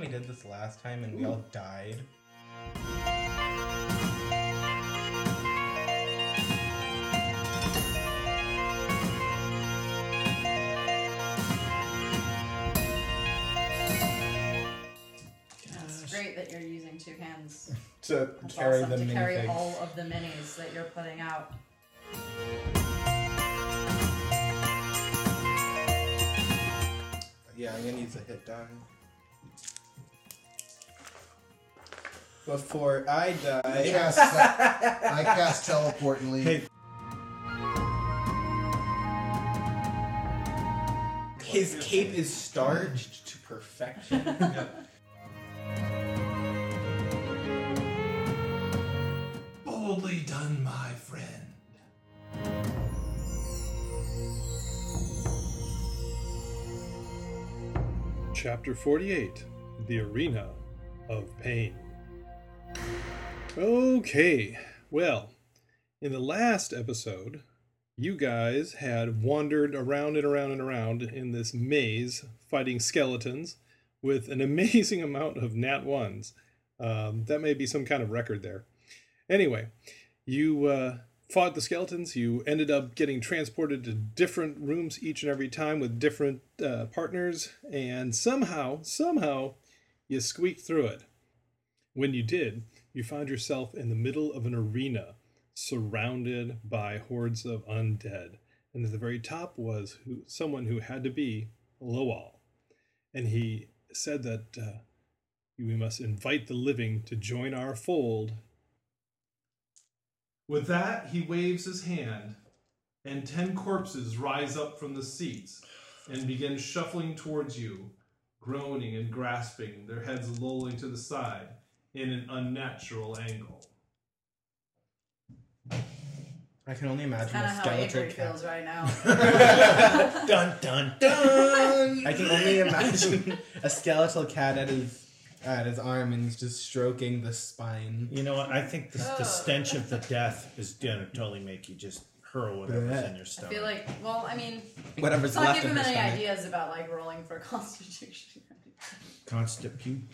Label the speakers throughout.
Speaker 1: we did this last time and we all died?
Speaker 2: It's great that you're using two hands.
Speaker 1: To
Speaker 2: That's
Speaker 1: carry
Speaker 2: awesome
Speaker 1: the
Speaker 2: to carry
Speaker 1: minifigs.
Speaker 2: all of the minis that you're putting out.
Speaker 1: Yeah, I'm gonna use a hit die. Before I
Speaker 3: I
Speaker 1: die,
Speaker 3: cast, I cast teleport and leave.
Speaker 1: Hey. his cape is starched to perfection.
Speaker 4: Boldly done, my friend.
Speaker 5: Chapter 48 The Arena of Pain. Okay, well, in the last episode, you guys had wandered around and around and around in this maze fighting skeletons with an amazing amount of nat ones. Um, that may be some kind of record there. Anyway, you uh, fought the skeletons. You ended up getting transported to different rooms each and every time with different uh, partners, and somehow, somehow, you squeaked through it. When you did, you found yourself in the middle of an arena surrounded by hordes of undead. And at the very top was who, someone who had to be Loal. And he said that uh, we must invite the living to join our fold with that, he waves his hand, and ten corpses rise up from the seats and begin shuffling towards you, groaning and grasping, their heads lolling to the side in an unnatural angle.
Speaker 1: I can only imagine
Speaker 2: Kind of
Speaker 1: a
Speaker 2: how
Speaker 1: skeletal
Speaker 2: Avery
Speaker 1: cat.
Speaker 2: feels right now.
Speaker 3: dun dun dun!
Speaker 1: I can only imagine a skeletal cat at his at his arm and he's just stroking the spine.
Speaker 6: You know what? I think the,
Speaker 2: Oh.
Speaker 6: the stench of the death is gonna totally make you just hurl whatever's
Speaker 1: Yeah.
Speaker 6: in your
Speaker 2: I
Speaker 6: stomach.
Speaker 2: feel like, well, I mean, let's
Speaker 1: Whatever's
Speaker 2: not
Speaker 1: left
Speaker 2: give
Speaker 1: of
Speaker 2: him
Speaker 1: his
Speaker 2: any
Speaker 1: stomach.
Speaker 2: ideas about like rolling for Constitution.
Speaker 6: Constitution.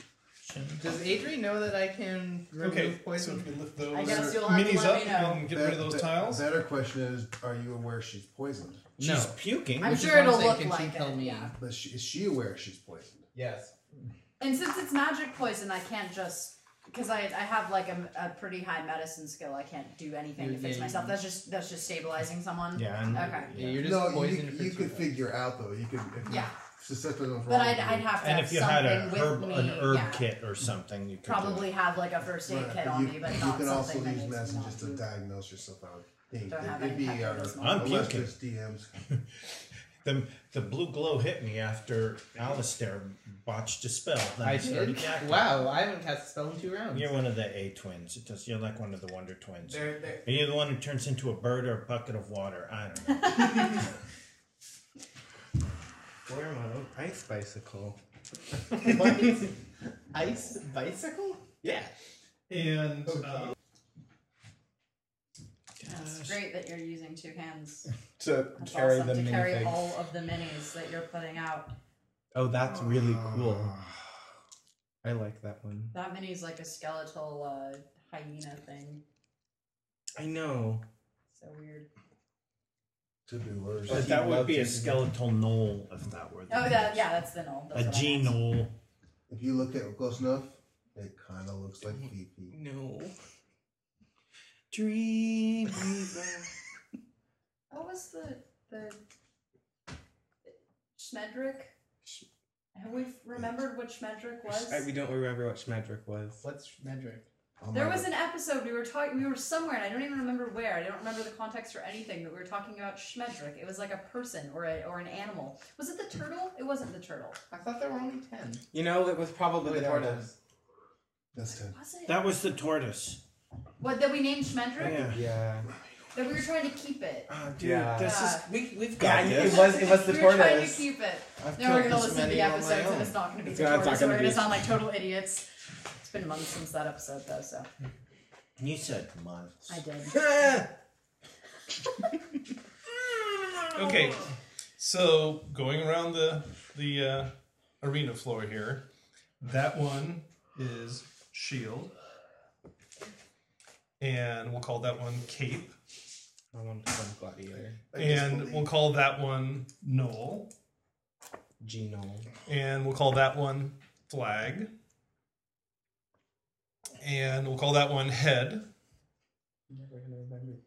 Speaker 1: Does Adri know that I can remove poison?
Speaker 4: we lift those
Speaker 2: I guess you'll have to let me know.
Speaker 4: get
Speaker 3: Be- Better question is, are you aware she's poisoned?
Speaker 6: She's puking.
Speaker 2: I'm
Speaker 1: Which is
Speaker 2: sure
Speaker 1: what I'm
Speaker 2: it'll
Speaker 1: saying,
Speaker 2: look
Speaker 1: can she
Speaker 2: like
Speaker 1: tell
Speaker 2: it.
Speaker 1: me?
Speaker 2: Yeah.
Speaker 3: But she, is she aware she's poisoned?
Speaker 1: Yes.
Speaker 2: And since it's magic poison, I can't just because I, I have like a, a pretty high medicine skill. I can't do anything to
Speaker 1: Yeah,
Speaker 2: fix
Speaker 1: yeah,
Speaker 2: myself.
Speaker 1: you-
Speaker 2: That's just that's just stabilizing someone.
Speaker 6: Yeah. I'm,
Speaker 2: Okay.
Speaker 6: yeah.
Speaker 1: you're just
Speaker 3: no, you,
Speaker 1: poisoned
Speaker 3: could-
Speaker 1: for
Speaker 3: you
Speaker 1: two
Speaker 3: could
Speaker 1: days.
Speaker 3: figure out though. You could if
Speaker 2: Yeah.
Speaker 3: you suspected wrong.
Speaker 2: But I'd, I'd have to
Speaker 6: And
Speaker 2: have
Speaker 6: if you
Speaker 2: something
Speaker 6: had a
Speaker 2: with
Speaker 6: herb,
Speaker 2: me.
Speaker 6: an herb
Speaker 2: yeah.
Speaker 6: kit or something, you could do it.
Speaker 2: Probably have like a first aid
Speaker 3: Right,
Speaker 2: kit
Speaker 3: but
Speaker 2: on
Speaker 3: you,
Speaker 2: me, but
Speaker 3: you
Speaker 2: not
Speaker 3: can also
Speaker 2: something that
Speaker 3: use
Speaker 2: is
Speaker 3: medicine
Speaker 2: not
Speaker 3: just to
Speaker 2: food.
Speaker 3: diagnose yourself out. Think
Speaker 2: Don't have
Speaker 3: that it'd
Speaker 2: any
Speaker 3: be our
Speaker 2: peppers, Mom.
Speaker 6: I'm
Speaker 3: unless
Speaker 6: puking.
Speaker 3: there's DMs.
Speaker 6: The, the blue glow hit me after Alistair botched a spell. Then
Speaker 1: I
Speaker 6: started
Speaker 1: did.
Speaker 6: yakking.
Speaker 1: Wow, I haven't cast a spell in two rounds.
Speaker 6: You're one of the A twins. It does, you're like one of the Wonder Twins.
Speaker 1: They're- they're-
Speaker 6: Are you the one who turns into a bird or a bucket of water? I don't know.
Speaker 1: Where am I? Oh, Ice bicycle. what? Ice bicycle? Yeah.
Speaker 4: And uh,
Speaker 2: It's great that you're using two hands.
Speaker 1: To
Speaker 2: That's
Speaker 1: carry
Speaker 2: awesome
Speaker 1: the
Speaker 2: to carry
Speaker 1: minifigs.
Speaker 2: all of the minis that you're putting out.
Speaker 1: Oh, that's really cool.
Speaker 3: Ah,
Speaker 1: I like that one.
Speaker 2: That mini's like a skeletal uh, hyena thing.
Speaker 1: I know.
Speaker 2: So weird.
Speaker 3: Could be worse.
Speaker 1: But
Speaker 6: But
Speaker 1: he
Speaker 6: that would
Speaker 1: loves
Speaker 6: be
Speaker 1: it.
Speaker 6: a skeletal knoll if that were the
Speaker 2: Oh, that
Speaker 6: case.
Speaker 2: yeah, that's the null.
Speaker 6: A G knoll.
Speaker 3: If you look at it close enough, it kind of looks like Fifi.
Speaker 1: No. Dream.
Speaker 2: What was the the Schmedrick? Have we remembered what Schmedrick was?
Speaker 1: I, we don't remember what Schmedrick was. What's Schmedrick?
Speaker 3: Oh my
Speaker 2: There was
Speaker 3: God.
Speaker 2: an episode we were talking. We were somewhere, and I don't even remember where. I don't remember the context or anything. But we were talking about Schmedrick. It was like a person or a, or an animal. Was it the turtle? It wasn't the turtle.
Speaker 1: I thought there were only ten. You know, it was
Speaker 3: Wait,
Speaker 1: probably
Speaker 3: that
Speaker 1: the tortoise.
Speaker 3: was- That's ten.
Speaker 2: Was it?
Speaker 6: That was the tortoise.
Speaker 2: what that we named Schmedrick?
Speaker 6: Yeah.
Speaker 1: Yeah.
Speaker 2: That we were trying to keep it.
Speaker 6: Oh, dude,
Speaker 1: Yeah.
Speaker 6: this is.
Speaker 2: Yeah.
Speaker 6: We, we've
Speaker 1: Yeah,
Speaker 6: got
Speaker 1: it
Speaker 6: this.
Speaker 1: was. It was the
Speaker 2: we were trying to
Speaker 1: tortoise.
Speaker 2: keep it.
Speaker 1: I've
Speaker 2: Now we're gonna
Speaker 1: killed this
Speaker 2: listen to
Speaker 1: many
Speaker 2: the
Speaker 1: on my
Speaker 2: episodes,
Speaker 1: own.
Speaker 2: and it's not gonna be
Speaker 1: It's
Speaker 2: the
Speaker 1: not- it's
Speaker 2: tortoise.
Speaker 1: not
Speaker 2: We're
Speaker 1: gonna
Speaker 2: gonna
Speaker 1: be-
Speaker 2: sound like total idiots. It's been months since that episode, though. So
Speaker 6: You said months.
Speaker 2: I did.
Speaker 4: okay, so going around the the uh, arena floor here,
Speaker 5: That one is shield. And we'll call that one cape.
Speaker 1: I want to become gladiator.
Speaker 5: And we'll call that one knoll.
Speaker 1: Genome.
Speaker 5: And we'll call that one flag. And we'll call that one head.
Speaker 1: Never gonna remember.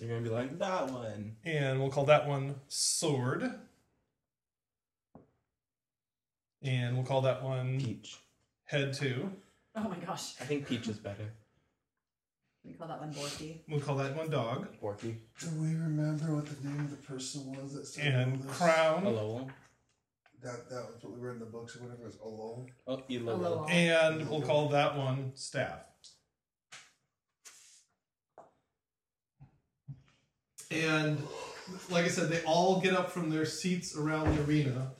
Speaker 1: You're gonna be like that one.
Speaker 5: And we'll call that one sword. And we'll call that one
Speaker 1: Peach.
Speaker 5: head two.
Speaker 2: Oh my gosh.
Speaker 1: I think peach is better.
Speaker 2: We call that one Borky.
Speaker 5: We'll call that one dog.
Speaker 1: Borky.
Speaker 3: Do we remember what the name of the person was that said all
Speaker 5: And
Speaker 3: this?
Speaker 5: crown.
Speaker 1: Hello.
Speaker 3: That that was what we read in the books or whatever. It was Alone.
Speaker 1: Oh, you
Speaker 2: Hello.
Speaker 1: love
Speaker 5: And we'll call that one staff. And like I said, they all get up from their seats around the arena.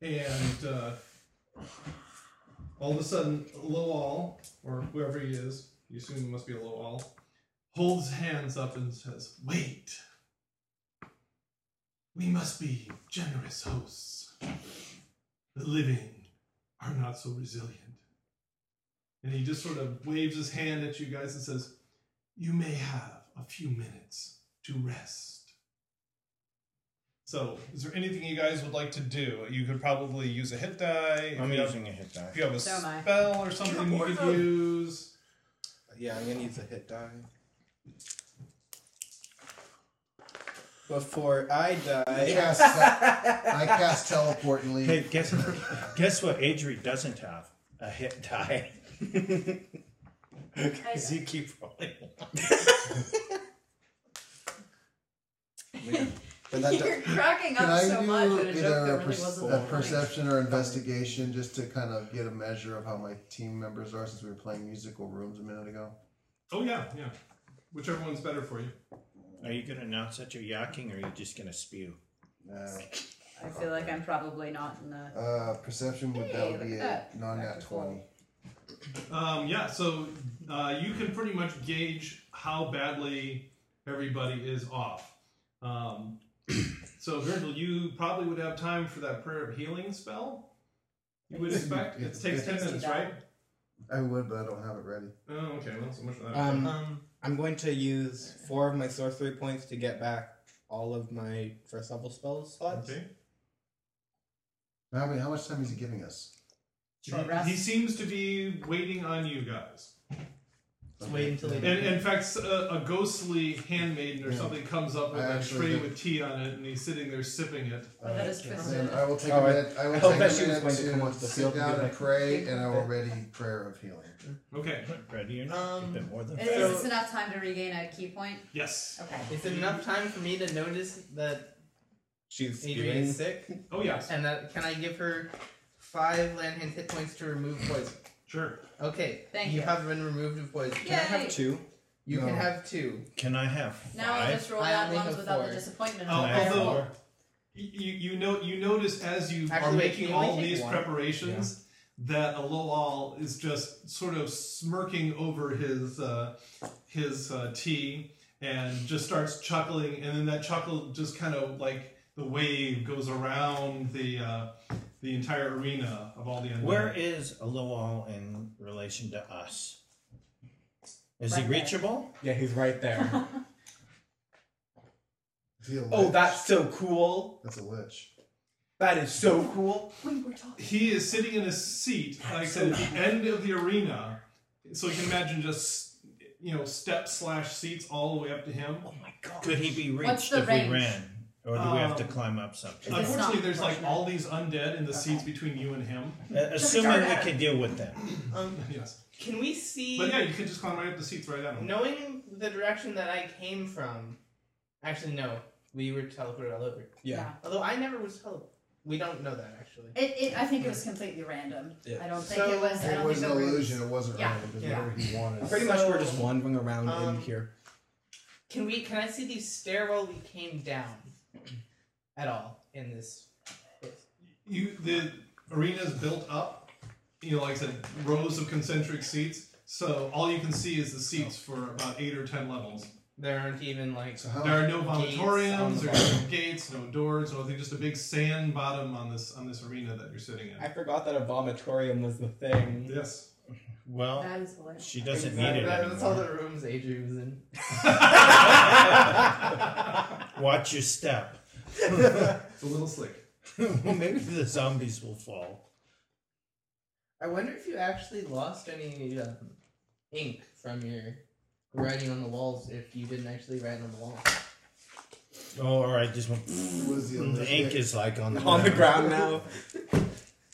Speaker 5: And uh, all of a sudden, Lowall, or whoever he is, you assume it must be a Lowall, holds hands up and says, Wait! We must be generous hosts the living are not so resilient. And he just sort of waves his hand at you guys and says, You may have a few minutes to rest. So, is there anything you guys would like to do? You could probably use a hit die. If
Speaker 6: I'm
Speaker 5: you have-
Speaker 6: using a hit die.
Speaker 5: if you have a
Speaker 2: So am I.
Speaker 5: spell or something you could use.
Speaker 1: Yeah, I'm gonna use a hit die. Before I
Speaker 3: I
Speaker 1: die.
Speaker 3: cast, I cast teleport and leave.
Speaker 6: Hey, guess guess what? Adri doesn't have a hit die. Because you keep rolling.
Speaker 3: But that do-
Speaker 2: You're cracking
Speaker 3: Can
Speaker 2: up
Speaker 3: I
Speaker 2: so
Speaker 3: do
Speaker 2: much at a joke
Speaker 3: either
Speaker 2: that
Speaker 3: a,
Speaker 2: really
Speaker 3: perce-
Speaker 2: wasn't
Speaker 3: a
Speaker 2: funny.
Speaker 3: perception or investigation just to kind of get a measure of how my team members are since we were playing musical rooms a minute ago?
Speaker 5: Oh, yeah, yeah. Whichever one's better for you.
Speaker 6: Are you going to announce that you're yakking or are you just going to spew?
Speaker 3: No.
Speaker 2: I feel like I'm probably not in the.
Speaker 3: Uh, perception would
Speaker 2: Hey,
Speaker 3: that would
Speaker 2: look
Speaker 3: be
Speaker 2: at
Speaker 3: a
Speaker 2: that.
Speaker 3: non nat
Speaker 2: Practical.
Speaker 3: twenty.
Speaker 5: Um, yeah, so uh, you can pretty much gauge how badly everybody is off. Um, so, Grindel, you probably would have time for that prayer of healing spell. You would expect it takes ten minutes, right?
Speaker 3: I would, but I don't have it ready.
Speaker 5: Oh, okay. Well, so much for that.
Speaker 3: Uh,
Speaker 1: Um, I'm going to use four of my sorcery points to get back all of my first level spells slots.
Speaker 5: okay.
Speaker 3: How many? How much time is he giving us?
Speaker 2: Short
Speaker 5: He-
Speaker 2: rest.
Speaker 5: He seems to be waiting on you guys.
Speaker 1: Let's wait until they
Speaker 5: And in fact, uh, a, a ghostly handmaiden or
Speaker 3: Yeah.
Speaker 5: something comes up with
Speaker 3: I
Speaker 5: a
Speaker 3: actually
Speaker 5: tray
Speaker 3: did-
Speaker 5: with tea on it, and he's sitting there sipping it.
Speaker 2: Oh, that is twisted.
Speaker 3: Then I will take a
Speaker 1: Oh, I-
Speaker 3: minute. I will
Speaker 1: I hope that
Speaker 3: take
Speaker 1: she
Speaker 3: a
Speaker 1: was
Speaker 3: minute
Speaker 1: going to come
Speaker 3: to,
Speaker 1: onto the
Speaker 3: sit
Speaker 1: field and
Speaker 3: down
Speaker 1: be
Speaker 3: and
Speaker 1: like,
Speaker 3: pray, and I will ready prayer of healing.
Speaker 5: Okay.
Speaker 6: Ready or not?
Speaker 1: Um,
Speaker 6: Been more than
Speaker 2: Is
Speaker 6: five.
Speaker 2: this enough time to regain a key point?
Speaker 5: Yes.
Speaker 2: Okay.
Speaker 1: Is it enough time for me to notice that
Speaker 6: She's
Speaker 1: Adrian is
Speaker 6: spewing.
Speaker 1: sick?
Speaker 5: Oh yes.
Speaker 1: And that can I give her five land hand hit points to remove poison?
Speaker 5: Sure.
Speaker 1: Okay.
Speaker 2: Thank
Speaker 1: you.
Speaker 2: you.
Speaker 1: have been removed of poison. Can I
Speaker 2: Yay.
Speaker 1: have two? You
Speaker 3: No.
Speaker 1: can have two.
Speaker 6: Can I have
Speaker 2: Now I'll
Speaker 6: five?
Speaker 2: just roll
Speaker 1: I
Speaker 2: out
Speaker 1: only
Speaker 2: ones
Speaker 1: have
Speaker 2: without the
Speaker 1: four.
Speaker 2: disappointment.
Speaker 5: Oh,
Speaker 2: of
Speaker 6: Can I
Speaker 2: the
Speaker 6: have
Speaker 5: although-
Speaker 2: roll.
Speaker 6: four?
Speaker 5: You, you know you notice as you are
Speaker 1: Actually, wait,
Speaker 5: making
Speaker 1: can you only
Speaker 5: all
Speaker 1: take
Speaker 5: these
Speaker 1: one?
Speaker 5: preparations that Aloal is just sort of smirking over his uh, his uh, tea and just starts chuckling, and then that chuckle just kind of like the wave goes around the uh, the entire arena of all the undead.
Speaker 6: Where is Aloal in relation to us? Is
Speaker 2: Right
Speaker 6: he
Speaker 2: there.
Speaker 6: reachable?
Speaker 1: Yeah, he's right there.
Speaker 3: Is he a lich?
Speaker 1: Oh, so cool.
Speaker 3: that's a lich.
Speaker 1: That is so cool.
Speaker 2: Wait, we're talking.
Speaker 5: he is sitting in a seat, like I said, at the end of the arena, so you can imagine just you know step slash seats all the way up to him.
Speaker 1: Oh my god.
Speaker 6: Could he be reached
Speaker 2: What's the
Speaker 6: if
Speaker 2: range?
Speaker 6: we ran? Or do we have to
Speaker 5: Um,
Speaker 6: climb up something?
Speaker 2: It's not
Speaker 5: Unfortunately, there's like
Speaker 2: proportionate.
Speaker 5: all these undead in the seats between you and him.
Speaker 6: Uh, assuming we
Speaker 1: start
Speaker 6: can deal with them.
Speaker 1: Um,
Speaker 5: Yes.
Speaker 1: can we see?
Speaker 5: But yeah, you could just climb right up the seats right at him.
Speaker 1: Knowing the direction that I came from, actually no, we were teleported all over.
Speaker 2: Yeah.
Speaker 1: Although I never was teleported. We don't know that actually.
Speaker 2: It, it, I think it was completely random. I don't think
Speaker 1: So
Speaker 2: it was. I
Speaker 3: It
Speaker 2: don't
Speaker 3: was
Speaker 2: think
Speaker 3: an
Speaker 2: that we-
Speaker 3: illusion. It wasn't
Speaker 2: Yeah,
Speaker 3: random. It was
Speaker 1: yeah.
Speaker 3: whatever he wanted.
Speaker 1: Pretty much we're just
Speaker 4: wandering around
Speaker 1: Um,
Speaker 4: here.
Speaker 1: Can we? Can I see the stairwell we came down at all in this?
Speaker 5: You the arena's built up, you know, like I said, rows of concentric seats. So all you can see is the seats for about eight or ten levels.
Speaker 1: There aren't even like
Speaker 3: So how?
Speaker 5: There are no
Speaker 1: Oh, Gates on
Speaker 5: vomitoriums,
Speaker 1: the
Speaker 5: there are no gates, no doors, no nothing. Just a big sand bottom on this on this arena that you're sitting
Speaker 1: I
Speaker 5: in.
Speaker 1: forgot that a vomitorium was the thing.
Speaker 5: Yes.
Speaker 6: Well,
Speaker 2: That is hilarious.
Speaker 6: she doesn't
Speaker 1: That-
Speaker 6: need it
Speaker 1: that- That's all
Speaker 6: anymore.
Speaker 1: the rooms Adrian was in.
Speaker 6: Watch your step.
Speaker 5: It's a little slick.
Speaker 6: well, maybe the zombies will fall.
Speaker 1: I wonder if you actually lost any um, ink from your writing on the walls if you didn't actually write on the wall.
Speaker 6: Oh, all right. Just went.
Speaker 3: Was the,
Speaker 6: The ink is like on the
Speaker 1: ground now.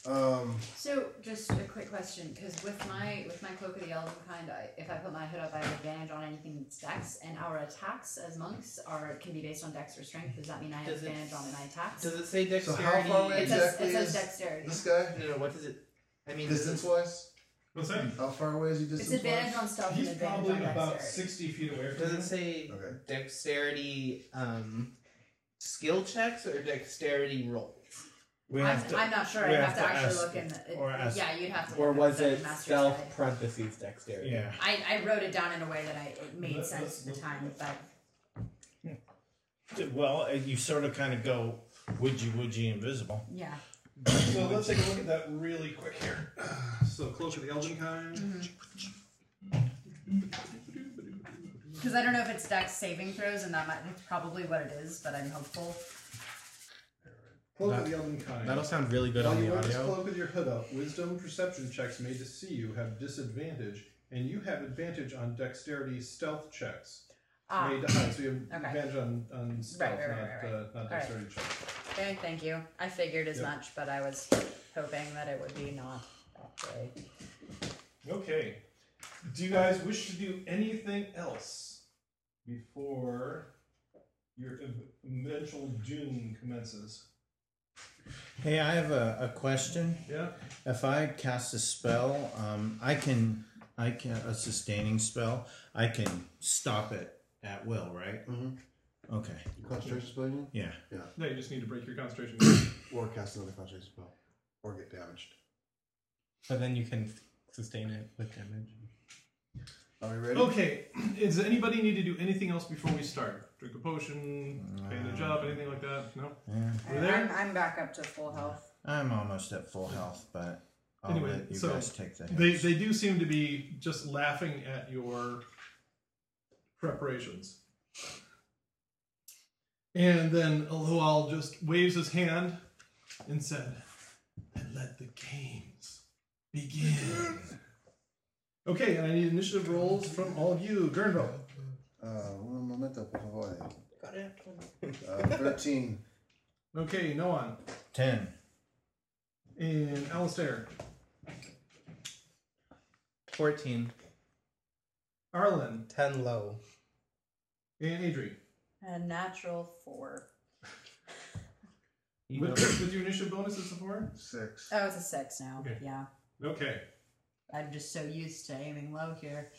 Speaker 3: Um,
Speaker 2: So, just a quick question, because with my with my cloak of the elven kind, I, if I put my hood up, I have advantage on anything that's dex, and our attacks as monks are can be based on dex or strength. Does that mean I have
Speaker 1: Does it-
Speaker 2: advantage on my attacks?
Speaker 1: Does it say
Speaker 3: So how
Speaker 1: dexterity?
Speaker 3: far away
Speaker 2: it,
Speaker 1: and-
Speaker 2: says,
Speaker 3: exactly
Speaker 2: it says
Speaker 3: is
Speaker 2: dexterity.
Speaker 3: this guy,
Speaker 1: No, no, what does it? I mean,
Speaker 3: distance wise,
Speaker 5: What's that?
Speaker 3: how far away is he
Speaker 2: It's
Speaker 3: distance
Speaker 2: advantage
Speaker 3: wise?
Speaker 2: on stealth
Speaker 5: He's
Speaker 2: and advantage
Speaker 5: probably
Speaker 2: on
Speaker 5: about
Speaker 2: dexterity.
Speaker 5: sixty feet away from
Speaker 1: Does
Speaker 5: you.
Speaker 1: it say
Speaker 3: Okay.
Speaker 1: dexterity um, skill checks or dexterity roll?
Speaker 6: We
Speaker 2: I'm,
Speaker 6: have to.
Speaker 2: I'm not sure.
Speaker 6: we
Speaker 2: I'd have,
Speaker 6: have
Speaker 2: to,
Speaker 6: to
Speaker 2: actually
Speaker 6: ask-
Speaker 2: look in. The, it,
Speaker 6: or ask-
Speaker 2: yeah, you'd have to.
Speaker 1: Or
Speaker 2: look
Speaker 1: was
Speaker 2: up the
Speaker 1: it
Speaker 2: master's
Speaker 1: stealth
Speaker 2: guide.
Speaker 1: parentheses dexterity?
Speaker 6: yeah.
Speaker 2: I, I wrote it down in a way that I it made
Speaker 5: Let's-
Speaker 2: sense
Speaker 5: let's
Speaker 2: at the
Speaker 5: look
Speaker 2: time, but
Speaker 6: Well, uh, you sort of kind of go, would you, would you, invisible.
Speaker 2: yeah.
Speaker 5: So let's take a look at that really quick here. So cloak of the elven kind.
Speaker 2: Mm-hmm. Because I don't know if it's dex saving throws, and that might that's probably what it is, but I'm hopeful.
Speaker 5: Cloak
Speaker 4: That-
Speaker 5: of the elven kind.
Speaker 4: That'll sound really good
Speaker 5: While
Speaker 4: on
Speaker 5: you
Speaker 4: the
Speaker 5: wear this
Speaker 4: audio.
Speaker 5: cloak with your hood up, wisdom perception checks made to see you have disadvantage, and you have advantage on dexterity stealth checks
Speaker 2: Ah,
Speaker 5: made to hide. So you have
Speaker 2: Okay.
Speaker 5: advantage on, on stealth,
Speaker 2: right, right,
Speaker 5: not,
Speaker 2: right,
Speaker 5: Uh, not
Speaker 2: right.
Speaker 5: dexterity checks.
Speaker 2: okay, thank you. I figured as
Speaker 5: Yep.
Speaker 2: much, but I was hoping that it would be not that way.
Speaker 5: Okay. Do you guys wish to do anything else before your ev- eventual doom commences?
Speaker 6: Hey, I have a, a question.
Speaker 5: Yeah.
Speaker 6: If I cast a spell, um, I can, I can a sustaining spell. I can stop it at will, right?
Speaker 3: Mhm.
Speaker 6: Okay.
Speaker 3: Concentration spell, you mean?
Speaker 6: Yeah.
Speaker 5: No, you just need to break your concentration.
Speaker 3: or cast another concentration spell, or get damaged.
Speaker 1: But then you can sustain it with damage.
Speaker 3: Are we ready?
Speaker 5: okay. Does anybody need to do anything else before we start? Drink a potion, bandage up, anything like that? No.
Speaker 6: Yeah.
Speaker 5: We're there?
Speaker 2: I'm, I'm back up to full health.
Speaker 6: I'm almost at full health, but I'll
Speaker 5: Anyway,
Speaker 6: let you
Speaker 5: so
Speaker 6: guys take the.
Speaker 5: They,
Speaker 6: hits.
Speaker 5: they do seem to be just laughing at your preparations. And then Aloal just waves his hand and said, And let the games begin. okay, and I need initiative rolls from all of you. Gurnville.
Speaker 3: Uh, un momento, por favor.
Speaker 1: Got it.
Speaker 3: Uh, Thirteen.
Speaker 5: Okay, Noan.
Speaker 6: Ten.
Speaker 5: And Alistair.
Speaker 1: Fourteen.
Speaker 5: Arlen.
Speaker 1: Ten low.
Speaker 5: And Adri.
Speaker 2: A natural four.
Speaker 1: You
Speaker 5: With,
Speaker 1: know-
Speaker 5: with your initiative bonuses before?
Speaker 3: Six.
Speaker 2: Oh, it's a six now.
Speaker 5: Okay.
Speaker 2: Yeah.
Speaker 5: Okay.
Speaker 2: I'm just so used to aiming low here.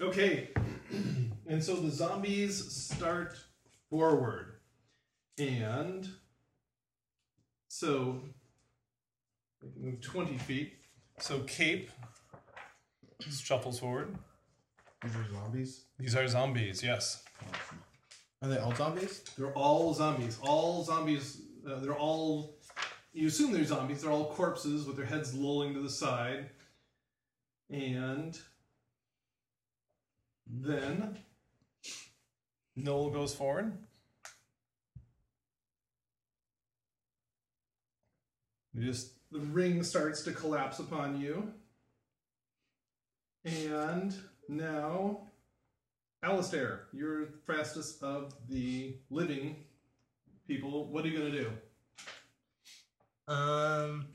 Speaker 5: Okay. and so the zombies start forward. And so they can move 20 feet. So Cape shuffles forward.
Speaker 3: These are zombies.
Speaker 7: These are zombies, yes.
Speaker 1: Are they all zombies?
Speaker 5: They're all zombies. All zombies. Uh, they're all. You assume they're zombies. They're all corpses with their heads lolling to the side. And then
Speaker 7: Noel goes forward.
Speaker 5: You just the ring starts to collapse upon you. And now Alistair, you're the fastest of the living people. What are you gonna do?
Speaker 1: Um,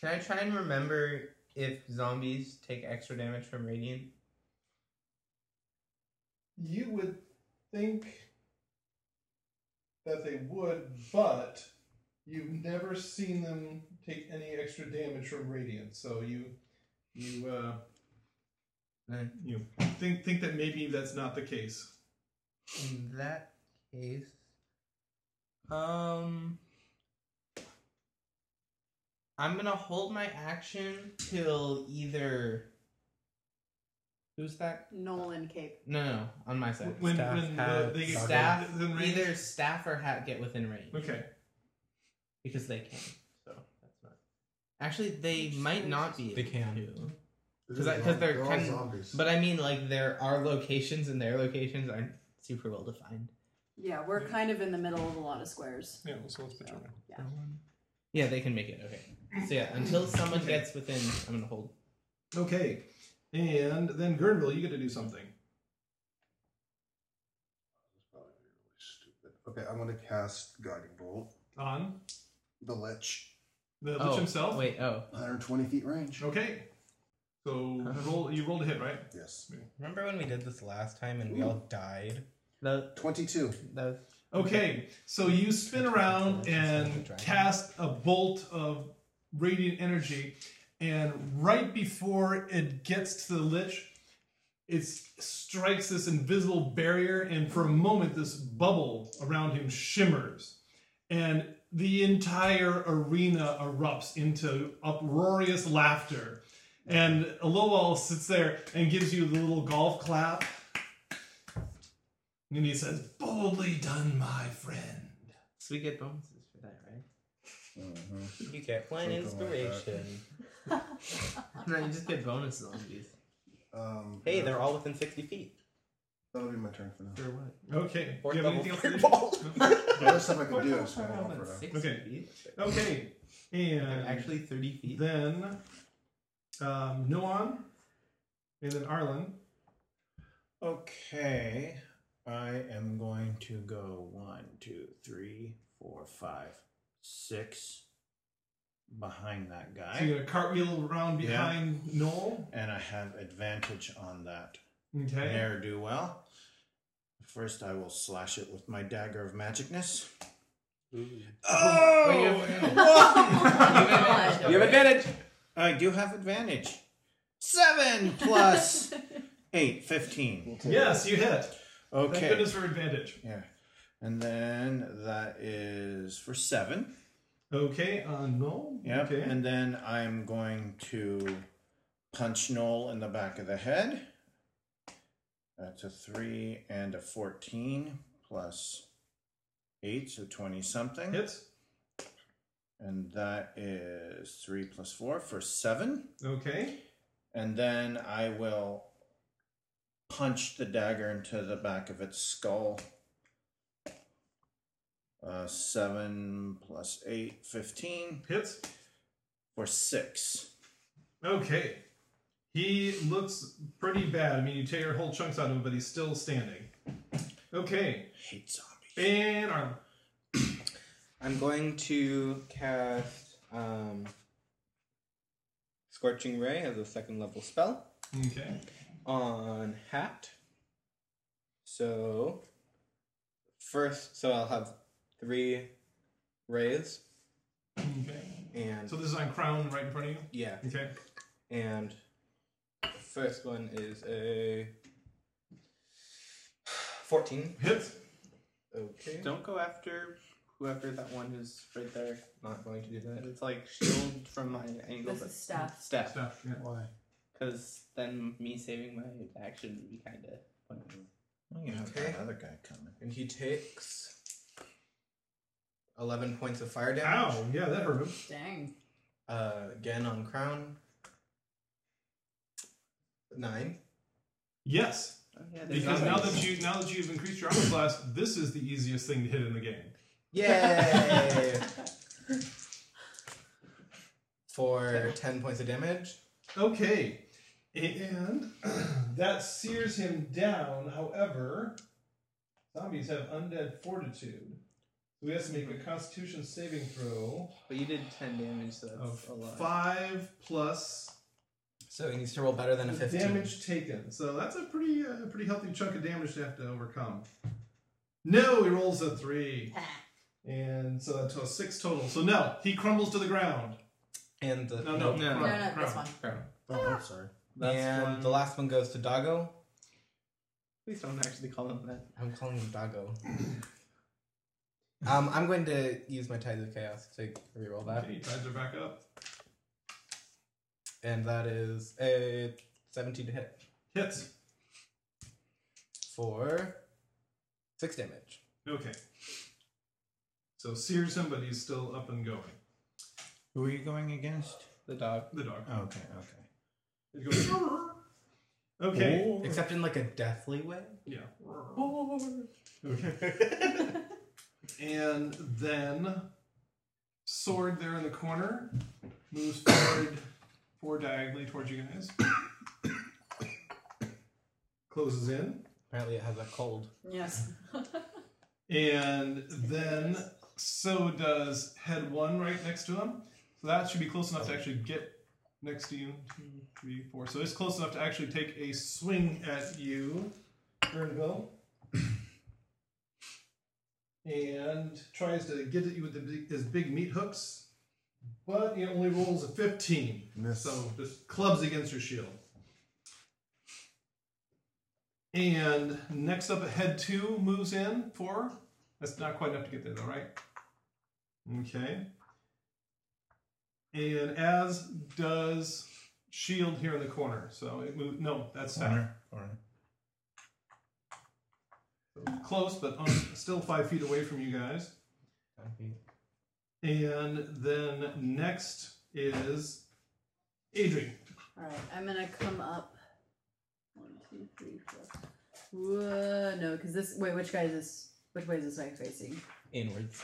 Speaker 1: can I try and remember if zombies take extra damage from radiant?
Speaker 5: You would think that they would, but you've never seen them take any extra damage from radiant, so you you uh
Speaker 1: Then
Speaker 5: you think think that maybe that's not the case.
Speaker 1: in that case, um, I'm gonna hold my action till either Who's that?
Speaker 2: Nolan cape.
Speaker 1: No, no, on my side.
Speaker 5: When,
Speaker 8: Staff,
Speaker 5: when
Speaker 8: hat,
Speaker 5: the, they get
Speaker 1: staff,
Speaker 5: within range?
Speaker 1: either staff or hat get within range
Speaker 5: Okay.
Speaker 1: because they can. So that's not. Actually, they might not be.
Speaker 9: They
Speaker 1: able
Speaker 9: can.
Speaker 1: to. 'Cause I- 'cause they're
Speaker 3: They're all
Speaker 1: kind of-
Speaker 3: zombies.
Speaker 1: But I mean, like there are locations, and their locations aren't super well defined.
Speaker 2: Yeah, we're kind of in the middle of a lot of squares.
Speaker 9: Yeah, so let's put your name.
Speaker 2: Yeah.
Speaker 1: Yeah, they can make it. Okay. So yeah, until someone gets within, I'm gonna hold.
Speaker 5: Okay. And then Gurnville, you get to do something.
Speaker 3: Oh, Okay, I'm gonna cast Guiding Bolt.
Speaker 5: On
Speaker 3: The Lich.
Speaker 5: the Lich
Speaker 1: oh,
Speaker 5: himself.
Speaker 1: Wait. Oh.
Speaker 3: 120 feet range.
Speaker 5: Okay. So roll. You rolled a hit, right?
Speaker 3: Yes.
Speaker 8: Remember when we did this last time and we all died?
Speaker 1: The
Speaker 3: 22.
Speaker 1: the
Speaker 5: Okay, so you spin around and cast a bolt of radiant energy, and right before it gets to the lich, it strikes this invisible barrier, and for a moment, this bubble around him shimmers, and the entire arena erupts into uproarious laughter. And Alowal sits there and gives you the little golf clap. And he says, Boldly done, my friend.
Speaker 1: so we get bonuses for that, right? Mm-hmm.
Speaker 8: You get one
Speaker 3: Something like that.
Speaker 1: No, you just get bonuses on these.
Speaker 3: Um,
Speaker 8: hey, they're all within 60 feet.
Speaker 3: That'll be my turn for now.
Speaker 1: For what?
Speaker 5: Okay.
Speaker 8: Fourth
Speaker 5: Do you have
Speaker 8: level
Speaker 5: anything else to do?
Speaker 8: fireball.
Speaker 3: The other stuff I can do is kind of offer
Speaker 1: Six
Speaker 5: Okay.
Speaker 1: feet.
Speaker 5: Okay.
Speaker 1: They're
Speaker 5: And
Speaker 1: actually thirty feet.
Speaker 5: then um, Noan, and then Arlen.
Speaker 6: Okay, I am going to go one, two, three, four, five, six behind that
Speaker 5: So you're
Speaker 6: guy,
Speaker 5: going to cartwheel around
Speaker 6: Yeah.
Speaker 5: behind Noel.
Speaker 6: and I have advantage on that.
Speaker 5: Okay.
Speaker 6: Ne'er do well. First, I will slash it with my dagger of magicness. Oh,
Speaker 5: Oh,
Speaker 1: Wait, you have-
Speaker 2: Oh God.
Speaker 8: You have advantage.
Speaker 6: I do have advantage. Seven plus eight, fifteen.
Speaker 5: Yes, you hit. Thank
Speaker 6: Okay.
Speaker 5: goodness for advantage.
Speaker 6: Yeah. And then that is for seven.
Speaker 5: Okay, on Noel.
Speaker 6: Yep.
Speaker 5: Okay.
Speaker 6: And then I'm going to punch Noel in the back of the head. That's a three and a 14 plus eight, so 20 something.
Speaker 5: Hits.
Speaker 6: And that is three plus four for seven.
Speaker 5: Okay.
Speaker 6: And then I will punch the dagger into the back of its skull. Uh, seven plus eight, 15
Speaker 5: Hits.
Speaker 6: for six.
Speaker 5: Okay. He looks pretty bad. I mean, you tear whole chunks out of him, but he's still standing. Okay.
Speaker 6: Hate zombies.
Speaker 5: And Arlen.
Speaker 1: I'm going to cast um, Scorching Ray as a second level spell
Speaker 5: Okay.
Speaker 1: on Hat. So first, so I'll have three rays
Speaker 5: Okay.
Speaker 1: and
Speaker 5: So this is on crown right in front of you.
Speaker 1: yeah,
Speaker 5: Okay.
Speaker 1: and first one is a fourteen.
Speaker 5: Hits.
Speaker 1: Okay. Don't go after whoever that one is right there. Not going to do that. It's like shield from my angle,
Speaker 10: This
Speaker 1: but
Speaker 10: is staff.
Speaker 1: staff.
Speaker 5: Stuff. Yeah.
Speaker 3: Why?
Speaker 1: Because then me saving my action would be kind of.
Speaker 6: Well, you have
Speaker 1: Okay.
Speaker 6: that other guy coming.
Speaker 1: And he takes eleven points of fire damage.
Speaker 5: Ow. Yeah, that hurt him.
Speaker 10: Dang.
Speaker 1: Uh, again on crown. Nine.
Speaker 5: Yes.
Speaker 1: Oh, yeah,
Speaker 5: Because now that you now that you've increased your armor class, this is the easiest thing to hit in the game.
Speaker 1: Yay! For ten points of damage.
Speaker 5: Okay. And that sears him down. However, zombies have undead fortitude. So he has to make a constitution saving throw
Speaker 1: But you did ten damage, so
Speaker 5: of five plus
Speaker 1: So he needs to roll better than a
Speaker 5: the
Speaker 1: fifteen.
Speaker 5: damage taken. So that's a pretty uh, pretty healthy chunk of damage to have to overcome. No, he rolls a three. And so that's a six total. So no, he crumbles to the ground.
Speaker 1: And the
Speaker 5: No, no,
Speaker 10: No, no, this one.
Speaker 1: Crown.
Speaker 3: Oh, I'm sorry.
Speaker 1: That's and
Speaker 5: one.
Speaker 1: the last one goes to Doggo. Please don't actually call him that. I'm calling him Doggo. um, I'm going to use my Tides of Chaos to reroll that.
Speaker 5: Okay, tides are back up.
Speaker 1: And that is a 17 to hit.
Speaker 5: Hits.
Speaker 8: for six damage.
Speaker 5: Okay. So Seer somebody's still up and going.
Speaker 6: Who are you going against?
Speaker 1: The dog.
Speaker 5: The dog.
Speaker 6: Okay, okay.
Speaker 5: It goes. okay.
Speaker 8: Except in like a deathly way.
Speaker 5: Yeah. Okay. and then sword there in the corner moves forward four diagonally towards you guys. Closes in.
Speaker 8: Apparently, it has a cold.
Speaker 10: Yes.
Speaker 5: And then so does head one right next to him. So that should be close enough to actually get next to you. Two, three, four. So it's close enough to actually take a swing at you, Burnville. And tries to get at you with the big, his big meat hooks, but he only rolls a 15.
Speaker 3: Miss.
Speaker 5: So just clubs against your shield. And next up, head two moves in. Four. That's not quite enough to get there, though, right? Okay. And as does shield here in the corner. So it moved. No, that's center.
Speaker 6: Corner, corner.
Speaker 5: Close, but on, still five feet away from you guys. And then next is Adrian.
Speaker 2: All right, I'm gonna come up. One, two, three, four. Whoa, no, because this. Wait, which guy is this? Which way is this guy facing?
Speaker 1: Inwards.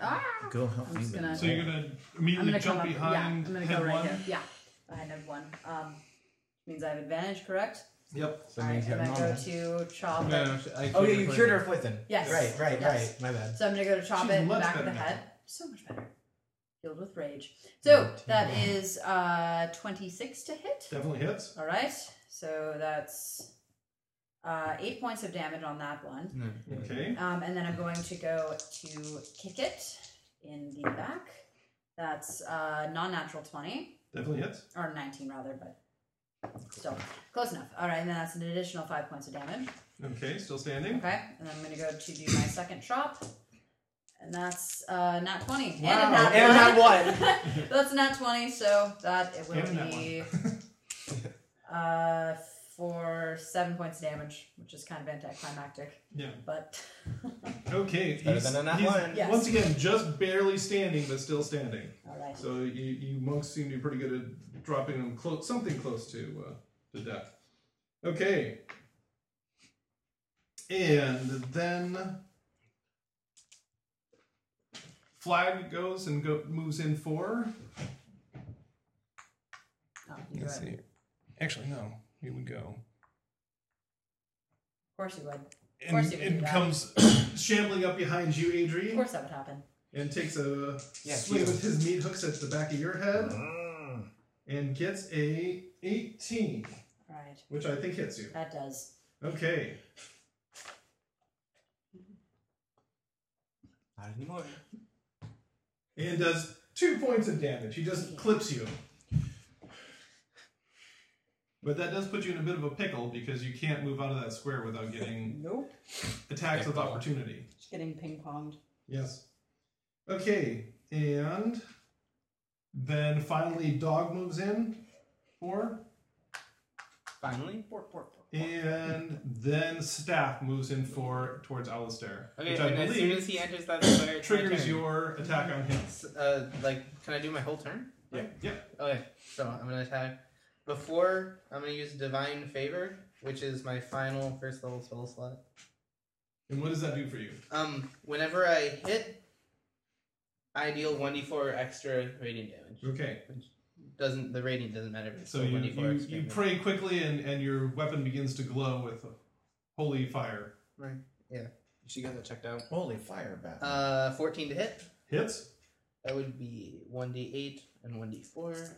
Speaker 2: Ah!
Speaker 6: Go help
Speaker 2: I'm
Speaker 6: me
Speaker 2: just
Speaker 6: with
Speaker 2: gonna-
Speaker 5: So you're gonna immediately
Speaker 2: I'm gonna
Speaker 5: jump
Speaker 2: come up. Yeah, I'm
Speaker 5: behind
Speaker 2: gonna
Speaker 5: head
Speaker 2: go right
Speaker 5: one.
Speaker 2: there. Yeah, behind head one. Um, means I have advantage, correct?
Speaker 5: Yep.
Speaker 8: So
Speaker 2: All right, and I go to chop it.
Speaker 8: Oh yeah, you cured her poison.
Speaker 2: Yes.
Speaker 8: Right, right,
Speaker 2: Yes.
Speaker 8: right. My bad.
Speaker 2: So I'm gonna go to chop
Speaker 5: She's
Speaker 2: it in the
Speaker 5: much
Speaker 2: back of
Speaker 5: better
Speaker 2: the
Speaker 5: now.
Speaker 2: head. So much better. Filled with rage. So that
Speaker 8: Nineteen.
Speaker 2: is uh 26 to hit.
Speaker 5: Definitely hits.
Speaker 2: All right. So that's uh eight points of damage on that one.
Speaker 5: Mm. Okay.
Speaker 2: Um, and then I'm going to go to kick it in the back. That's uh non-natural 20
Speaker 5: Definitely hits.
Speaker 2: or 19 rather, but still close enough. All right, and then that's an additional five points of damage.
Speaker 5: Okay. Still standing.
Speaker 2: Okay, and I'm gonna go to do my second chop, and that's uh, nat twenty.
Speaker 5: Wow,
Speaker 8: and a nat
Speaker 2: one. that's a nat twenty, so that it
Speaker 5: And a nat
Speaker 2: would be uh, for seven points of damage, which is kind of anticlimactic,
Speaker 5: Yeah.
Speaker 2: but
Speaker 5: Okay.
Speaker 8: better
Speaker 5: he's-
Speaker 8: than a nat
Speaker 5: he's-
Speaker 8: one.
Speaker 2: Yes.
Speaker 5: Once again, just barely standing, but still standing.
Speaker 2: all right.
Speaker 5: So you, you monks seem to be pretty good at dropping them close, something close to uh, to death. Okay. And then flag goes and go, moves in four.
Speaker 2: Oh, you would. Of
Speaker 9: Actually, no. He would go.
Speaker 2: course you would. Of course
Speaker 9: And
Speaker 2: you would do
Speaker 9: it
Speaker 2: that.
Speaker 9: comes
Speaker 5: Shambling up behind you, Adrian,
Speaker 2: course that would happen.
Speaker 5: and takes a
Speaker 8: Yeah,
Speaker 5: swing
Speaker 8: you.
Speaker 5: with his meat hooks at the back of your head and gets a 18,
Speaker 2: All right,
Speaker 5: which I think hits you.
Speaker 2: that does.
Speaker 5: Okay.
Speaker 8: Not anymore.
Speaker 5: And does two points of damage. He just clips you. But that does put you in a bit of a pickle because you can't move out of that square without getting
Speaker 2: Nope,
Speaker 5: attacks of opportunity.
Speaker 2: just getting ping ponged.
Speaker 5: Yes. Okay, and then finally, dog moves in. Four.
Speaker 1: Finally.
Speaker 5: And then staff moves in four towards Alistair.
Speaker 1: Okay,
Speaker 5: which I
Speaker 1: and as soon
Speaker 5: believe
Speaker 1: as he enters that square, it's my
Speaker 5: triggers
Speaker 1: turn.
Speaker 5: your attack on him.
Speaker 1: S- Uh, like, can I do my whole turn?
Speaker 5: Yeah.
Speaker 1: Okay, so I'm gonna attack. Before, I'm gonna use Divine Favor, which is my final first level spell slot.
Speaker 5: And what does that do for you?
Speaker 1: Um, whenever I hit, I deal 1d4 extra radiant damage.
Speaker 5: Okay.
Speaker 1: Doesn't the radiant doesn't matter? If it's
Speaker 5: So
Speaker 1: still
Speaker 5: you,
Speaker 1: 1d4
Speaker 5: you,
Speaker 1: extra
Speaker 5: you
Speaker 1: damage.
Speaker 5: pray quickly, and, and your weapon begins to glow with holy fire.
Speaker 8: She got that checked out.
Speaker 6: Holy fire bat.
Speaker 1: Uh, 14 to hit.
Speaker 5: Hits?
Speaker 1: That would be 1d8 and 1d4.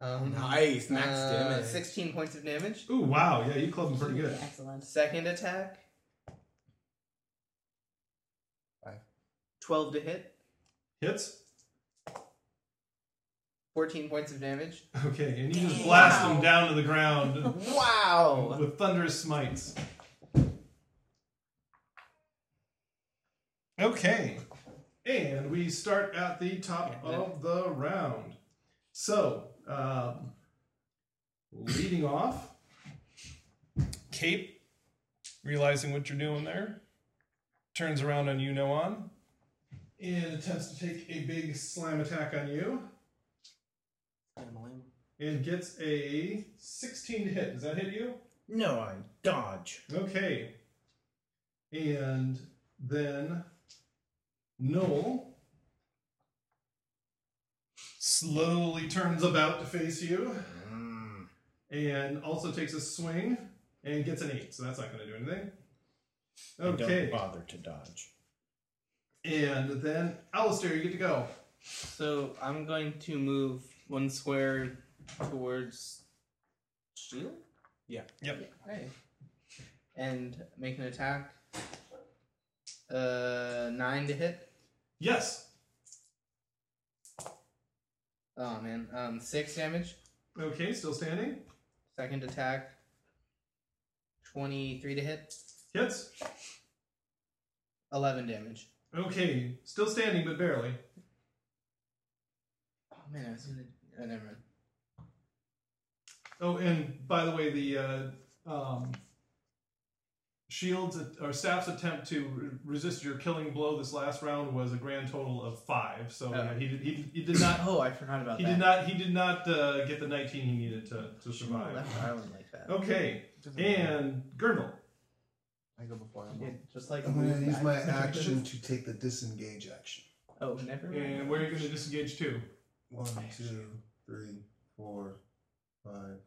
Speaker 1: Um,
Speaker 8: Nice, max
Speaker 1: uh,
Speaker 8: damage.
Speaker 1: 16 points of damage.
Speaker 5: Ooh, wow. Yeah, you club him pretty good.
Speaker 2: Excellent.
Speaker 1: Second attack.
Speaker 8: Five.
Speaker 1: 12 to hit.
Speaker 5: Hits?
Speaker 1: 14 points of damage.
Speaker 5: Okay, and you just blast him
Speaker 2: Wow.
Speaker 5: down to the ground
Speaker 1: Wow!
Speaker 5: with thunderous smites. Okay, and we start at the top of the round. So, um, leading off, Cape
Speaker 9: realizing what you're doing there, turns around on you, no on.
Speaker 5: and attempts to take a big slam attack on you and gets a 16 to hit. Does that hit you?
Speaker 6: No, I dodge.
Speaker 5: Okay. And then Noel slowly turns about to face you
Speaker 6: Mm.
Speaker 5: and also takes a swing and gets an 8, so that's not going to do anything.
Speaker 6: I don't
Speaker 5: Okay.
Speaker 6: bother to dodge.
Speaker 5: And then Alistair, you get to go.
Speaker 1: So I'm going to move one square towards shield. Yeah.
Speaker 5: Yep.
Speaker 1: Okay. And make an attack. Uh, nine to hit.
Speaker 5: Yes.
Speaker 1: Oh man, um, six damage.
Speaker 5: Okay, still standing.
Speaker 1: Second attack. Twenty-three to hit.
Speaker 5: Hits.
Speaker 1: Eleven damage.
Speaker 5: Okay, still standing, but barely.
Speaker 1: Oh man, I was gonna. Oh, never mind.
Speaker 5: Oh, and by the way, the uh, um, shields at- or staff's attempt to re- resist your killing blow this last round was a grand total of five. So yeah,
Speaker 1: Oh.
Speaker 5: he did, he, he did not
Speaker 1: Oh, I forgot about
Speaker 5: he
Speaker 1: that.
Speaker 5: did not he did not uh, get the nineteen he needed to to
Speaker 1: Oh,
Speaker 5: survive. Oh,
Speaker 1: left island like that.
Speaker 5: Okay, and Gurnal.
Speaker 3: I go before I'm.
Speaker 1: Yeah, just like
Speaker 3: I'm gonna
Speaker 1: move
Speaker 3: use
Speaker 1: back.
Speaker 3: my action to take the disengage action.
Speaker 1: Oh, never mind.
Speaker 5: And where are you going to disengage to?
Speaker 3: One, two, three, four, five,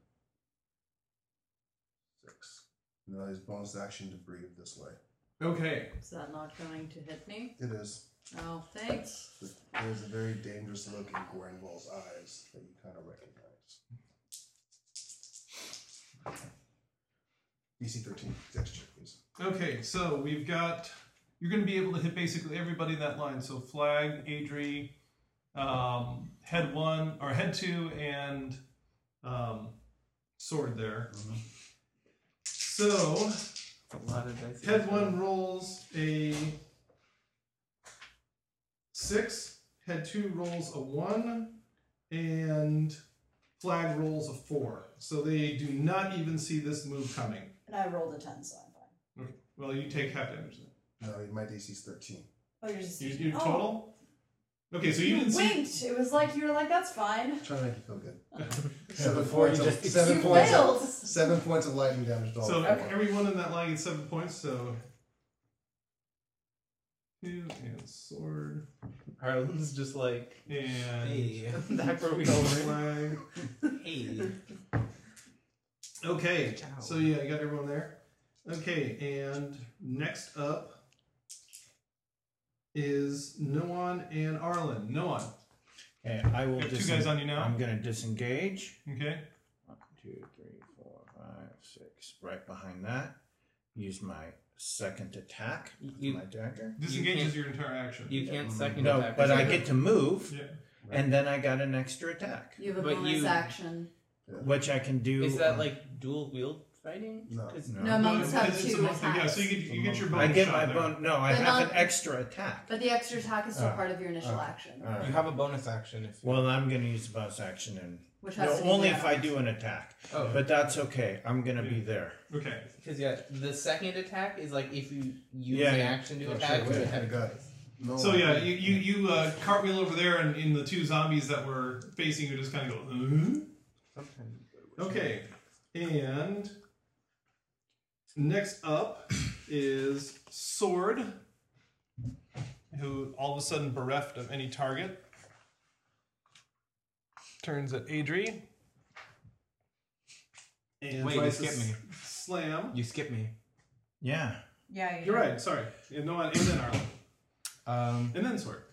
Speaker 3: six. No, it's bonus action to breathe this way.
Speaker 5: Okay,
Speaker 2: Is that not going to hit me?
Speaker 3: It is.
Speaker 2: Oh, thanks.
Speaker 3: There's a very dangerous look in Grenville's eyes that you kind of recognize. DC 13 texture, please.
Speaker 5: okay. So we've got you're going to be able to hit basically everybody in that line. So Flag, Adri, um, head one or head two and um, sword there. So
Speaker 1: A lot of dice.
Speaker 5: head one rolls a six, head two rolls a one, and flag rolls a four. So they do not even see this move coming.
Speaker 11: And I rolled a 10, so I'm fine.
Speaker 5: Well, you take half damage then.
Speaker 3: No, my DC's 13.
Speaker 11: Oh, you're just.
Speaker 5: You, you
Speaker 11: oh,
Speaker 5: total. Okay, so you didn't see.
Speaker 11: winked. It was like you were like, that's fine.
Speaker 3: Trying to make you feel good. seven points, of, seven,
Speaker 11: you
Speaker 3: points of,
Speaker 11: wailed.
Speaker 3: seven points of lightning damage to all
Speaker 5: So
Speaker 3: four.
Speaker 5: everyone in that line gets seven points. So two and sword
Speaker 1: Harlan's just like,
Speaker 5: and
Speaker 1: hey, back where we all were.
Speaker 5: flag.
Speaker 1: Hey.
Speaker 5: Okay,
Speaker 1: Ciao.
Speaker 5: so yeah, you got everyone there. Okay, and next up is Noan and Arlen. Noan,
Speaker 6: Okay, I will
Speaker 9: You have two
Speaker 6: disen-
Speaker 9: guys on you now?
Speaker 6: I'm going to disengage.
Speaker 9: Okay.
Speaker 6: One, two, three, four, five, six. Right behind that. Use my second attack with
Speaker 1: You-
Speaker 6: my dagger.
Speaker 9: Disengage
Speaker 1: You
Speaker 9: is your entire action.
Speaker 1: You
Speaker 3: Mm.
Speaker 1: can't second
Speaker 6: No,
Speaker 1: attack.
Speaker 6: but I get to move,
Speaker 9: Yeah.
Speaker 6: and then I got an extra attack,
Speaker 2: You have a
Speaker 1: But
Speaker 2: bonus
Speaker 1: you-
Speaker 2: action.
Speaker 6: which I can do.
Speaker 1: Is that
Speaker 6: on-
Speaker 1: like dual wield fighting?
Speaker 3: No.
Speaker 1: 'Cause-
Speaker 2: No, monks have
Speaker 5: It's- it's
Speaker 2: two
Speaker 5: a monk thing, Yeah, so you
Speaker 2: attacks.
Speaker 5: get, you get your
Speaker 6: I
Speaker 5: bonus
Speaker 6: get my
Speaker 5: shot there.
Speaker 6: bone. No, I
Speaker 2: But
Speaker 6: have
Speaker 2: not-
Speaker 6: an extra attack.
Speaker 2: But the extra attack is still
Speaker 6: Ah,
Speaker 2: part of your initial
Speaker 6: okay.
Speaker 2: action,
Speaker 6: All right.
Speaker 4: You have a bonus action if
Speaker 6: Well, I'm going to use the bonus action, and
Speaker 2: which has
Speaker 6: no,
Speaker 2: to be
Speaker 6: only
Speaker 2: the
Speaker 6: if I
Speaker 2: average.
Speaker 6: do an attack.
Speaker 1: Oh.
Speaker 6: But that's okay. I'm going to be there.
Speaker 5: Okay.
Speaker 1: Because yeah, the second attack is like if you use
Speaker 6: Yeah,
Speaker 1: an
Speaker 6: yeah.
Speaker 1: action to
Speaker 3: Oh,
Speaker 1: attack,
Speaker 3: shit,
Speaker 1: you
Speaker 3: yeah,
Speaker 1: attack
Speaker 3: I got it.
Speaker 1: twice.
Speaker 3: No,
Speaker 5: So yeah, you you, you uh, cartwheel over there, and in the two zombies that were facing you, just kind of go. "Huh?" Okay, and next up is Sword, who all of a sudden bereft of any target, turns at Adri. And
Speaker 4: Wait, you
Speaker 5: tries to
Speaker 4: skipped me.
Speaker 5: s- Slam.
Speaker 4: you skip me.
Speaker 6: Yeah.
Speaker 2: Yeah, you
Speaker 5: You're right. Sorry. Yeah, no, and then Arlen,
Speaker 4: Um,
Speaker 5: and then Sword.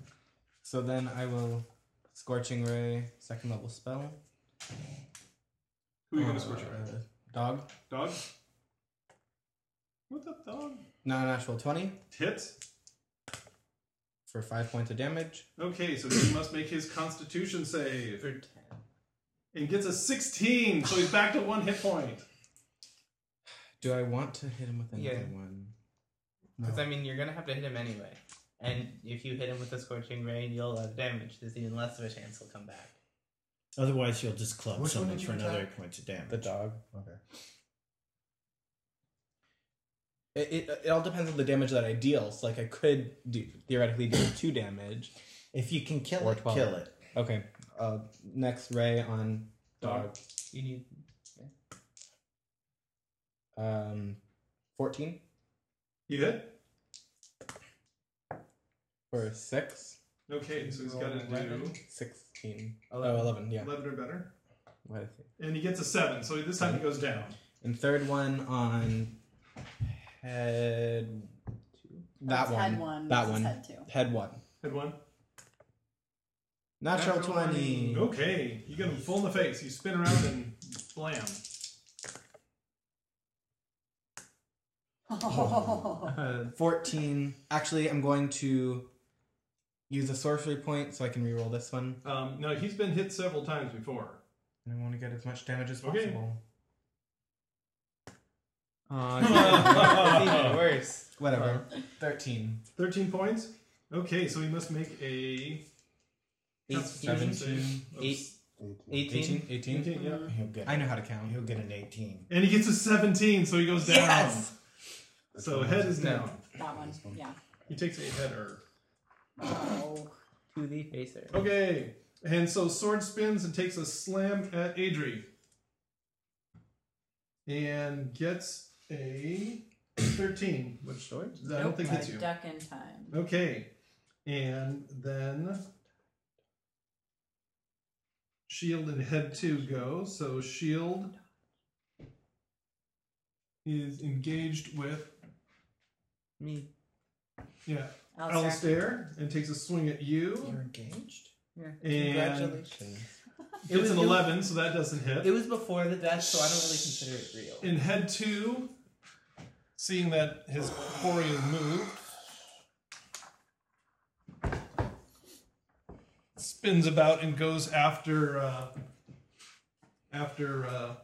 Speaker 4: so then I will scorching ray, second level spell.
Speaker 5: Who are you
Speaker 4: Uh,
Speaker 5: gonna switch around?
Speaker 4: Dog.
Speaker 5: Dog. What the dog?
Speaker 4: Not natural twenty
Speaker 5: Hits.
Speaker 4: for five points of damage.
Speaker 5: Okay, so he must make his Constitution save.
Speaker 1: For ten.
Speaker 5: and gets a 16, so he's back to one hit point.
Speaker 4: Do I want to hit him with another
Speaker 1: Yeah.
Speaker 4: one?
Speaker 1: Because I mean, you're gonna have to hit him anyway, and if you hit him with a scorching ray, you'll have damage. There's even less of a chance he'll come back.
Speaker 6: Otherwise, you'll just club
Speaker 3: Which one
Speaker 6: someone
Speaker 3: did you
Speaker 6: for another
Speaker 3: attack?
Speaker 6: point of damage.
Speaker 4: The dog.
Speaker 3: Okay.
Speaker 4: It, it, it all depends on the damage that I deal. So, like, I could do theoretically do two damage.
Speaker 6: If you can kill
Speaker 4: Or
Speaker 6: it,
Speaker 4: 12.
Speaker 6: kill it.
Speaker 4: Okay. Uh, next ray on dog.
Speaker 1: You need
Speaker 4: Um, fourteen
Speaker 5: You hit?
Speaker 4: for six.
Speaker 5: Okay, so he's got to do
Speaker 4: Eleven. Sixteen.
Speaker 5: Eleven.
Speaker 4: Oh, 11, yeah.
Speaker 5: 11 or better.
Speaker 4: What is it?
Speaker 5: And he gets a 7, so this time he goes down.
Speaker 4: And third one on head. That
Speaker 11: That's
Speaker 4: one.
Speaker 11: Head one.
Speaker 4: That
Speaker 11: This is
Speaker 4: one.
Speaker 11: Head two.
Speaker 4: Head one.
Speaker 5: Head 1.
Speaker 4: Natural,
Speaker 5: Natural
Speaker 4: 20.
Speaker 5: Okay, you get him full in the face. You spin around and blam.
Speaker 4: Uh, 14. Actually, I'm going to use a sorcery point so I can reroll this one.
Speaker 5: Um, no, he's been hit several times before.
Speaker 4: And I want to get as much damage as
Speaker 5: Okay.
Speaker 4: possible. Uh, it's even worse. Whatever. 13.
Speaker 5: 13 points? Okay, so he must make a.
Speaker 4: 18.
Speaker 5: Eight.
Speaker 4: 18. 18.
Speaker 5: 18, yeah.
Speaker 6: He'll get.
Speaker 4: I know how to count.
Speaker 6: He'll get an eighteen.
Speaker 5: And he gets a 17, so he goes down.
Speaker 11: Yes!
Speaker 5: So head is down.
Speaker 11: That one. Yeah.
Speaker 5: He takes a header.
Speaker 11: Oh.
Speaker 4: To the facer.
Speaker 5: Okay, and so sword spins and takes a slam at Adri. And gets a 13, which I don't think
Speaker 2: I
Speaker 5: hits you.
Speaker 2: Oh, duck in time.
Speaker 5: Okay, and then shield and head two go. So shield is engaged with
Speaker 4: Me.
Speaker 5: yeah
Speaker 11: Alistair.
Speaker 5: Alistair and takes a swing at you.
Speaker 6: You're engaged.
Speaker 5: And
Speaker 6: Congratulations.
Speaker 1: It was-
Speaker 5: it's an
Speaker 1: it was-
Speaker 5: eleven, so that doesn't hit.
Speaker 1: It was before the death, so I don't really consider it real.
Speaker 5: In head two, seeing that his quarry is moved, spins about and goes after uh, after uh,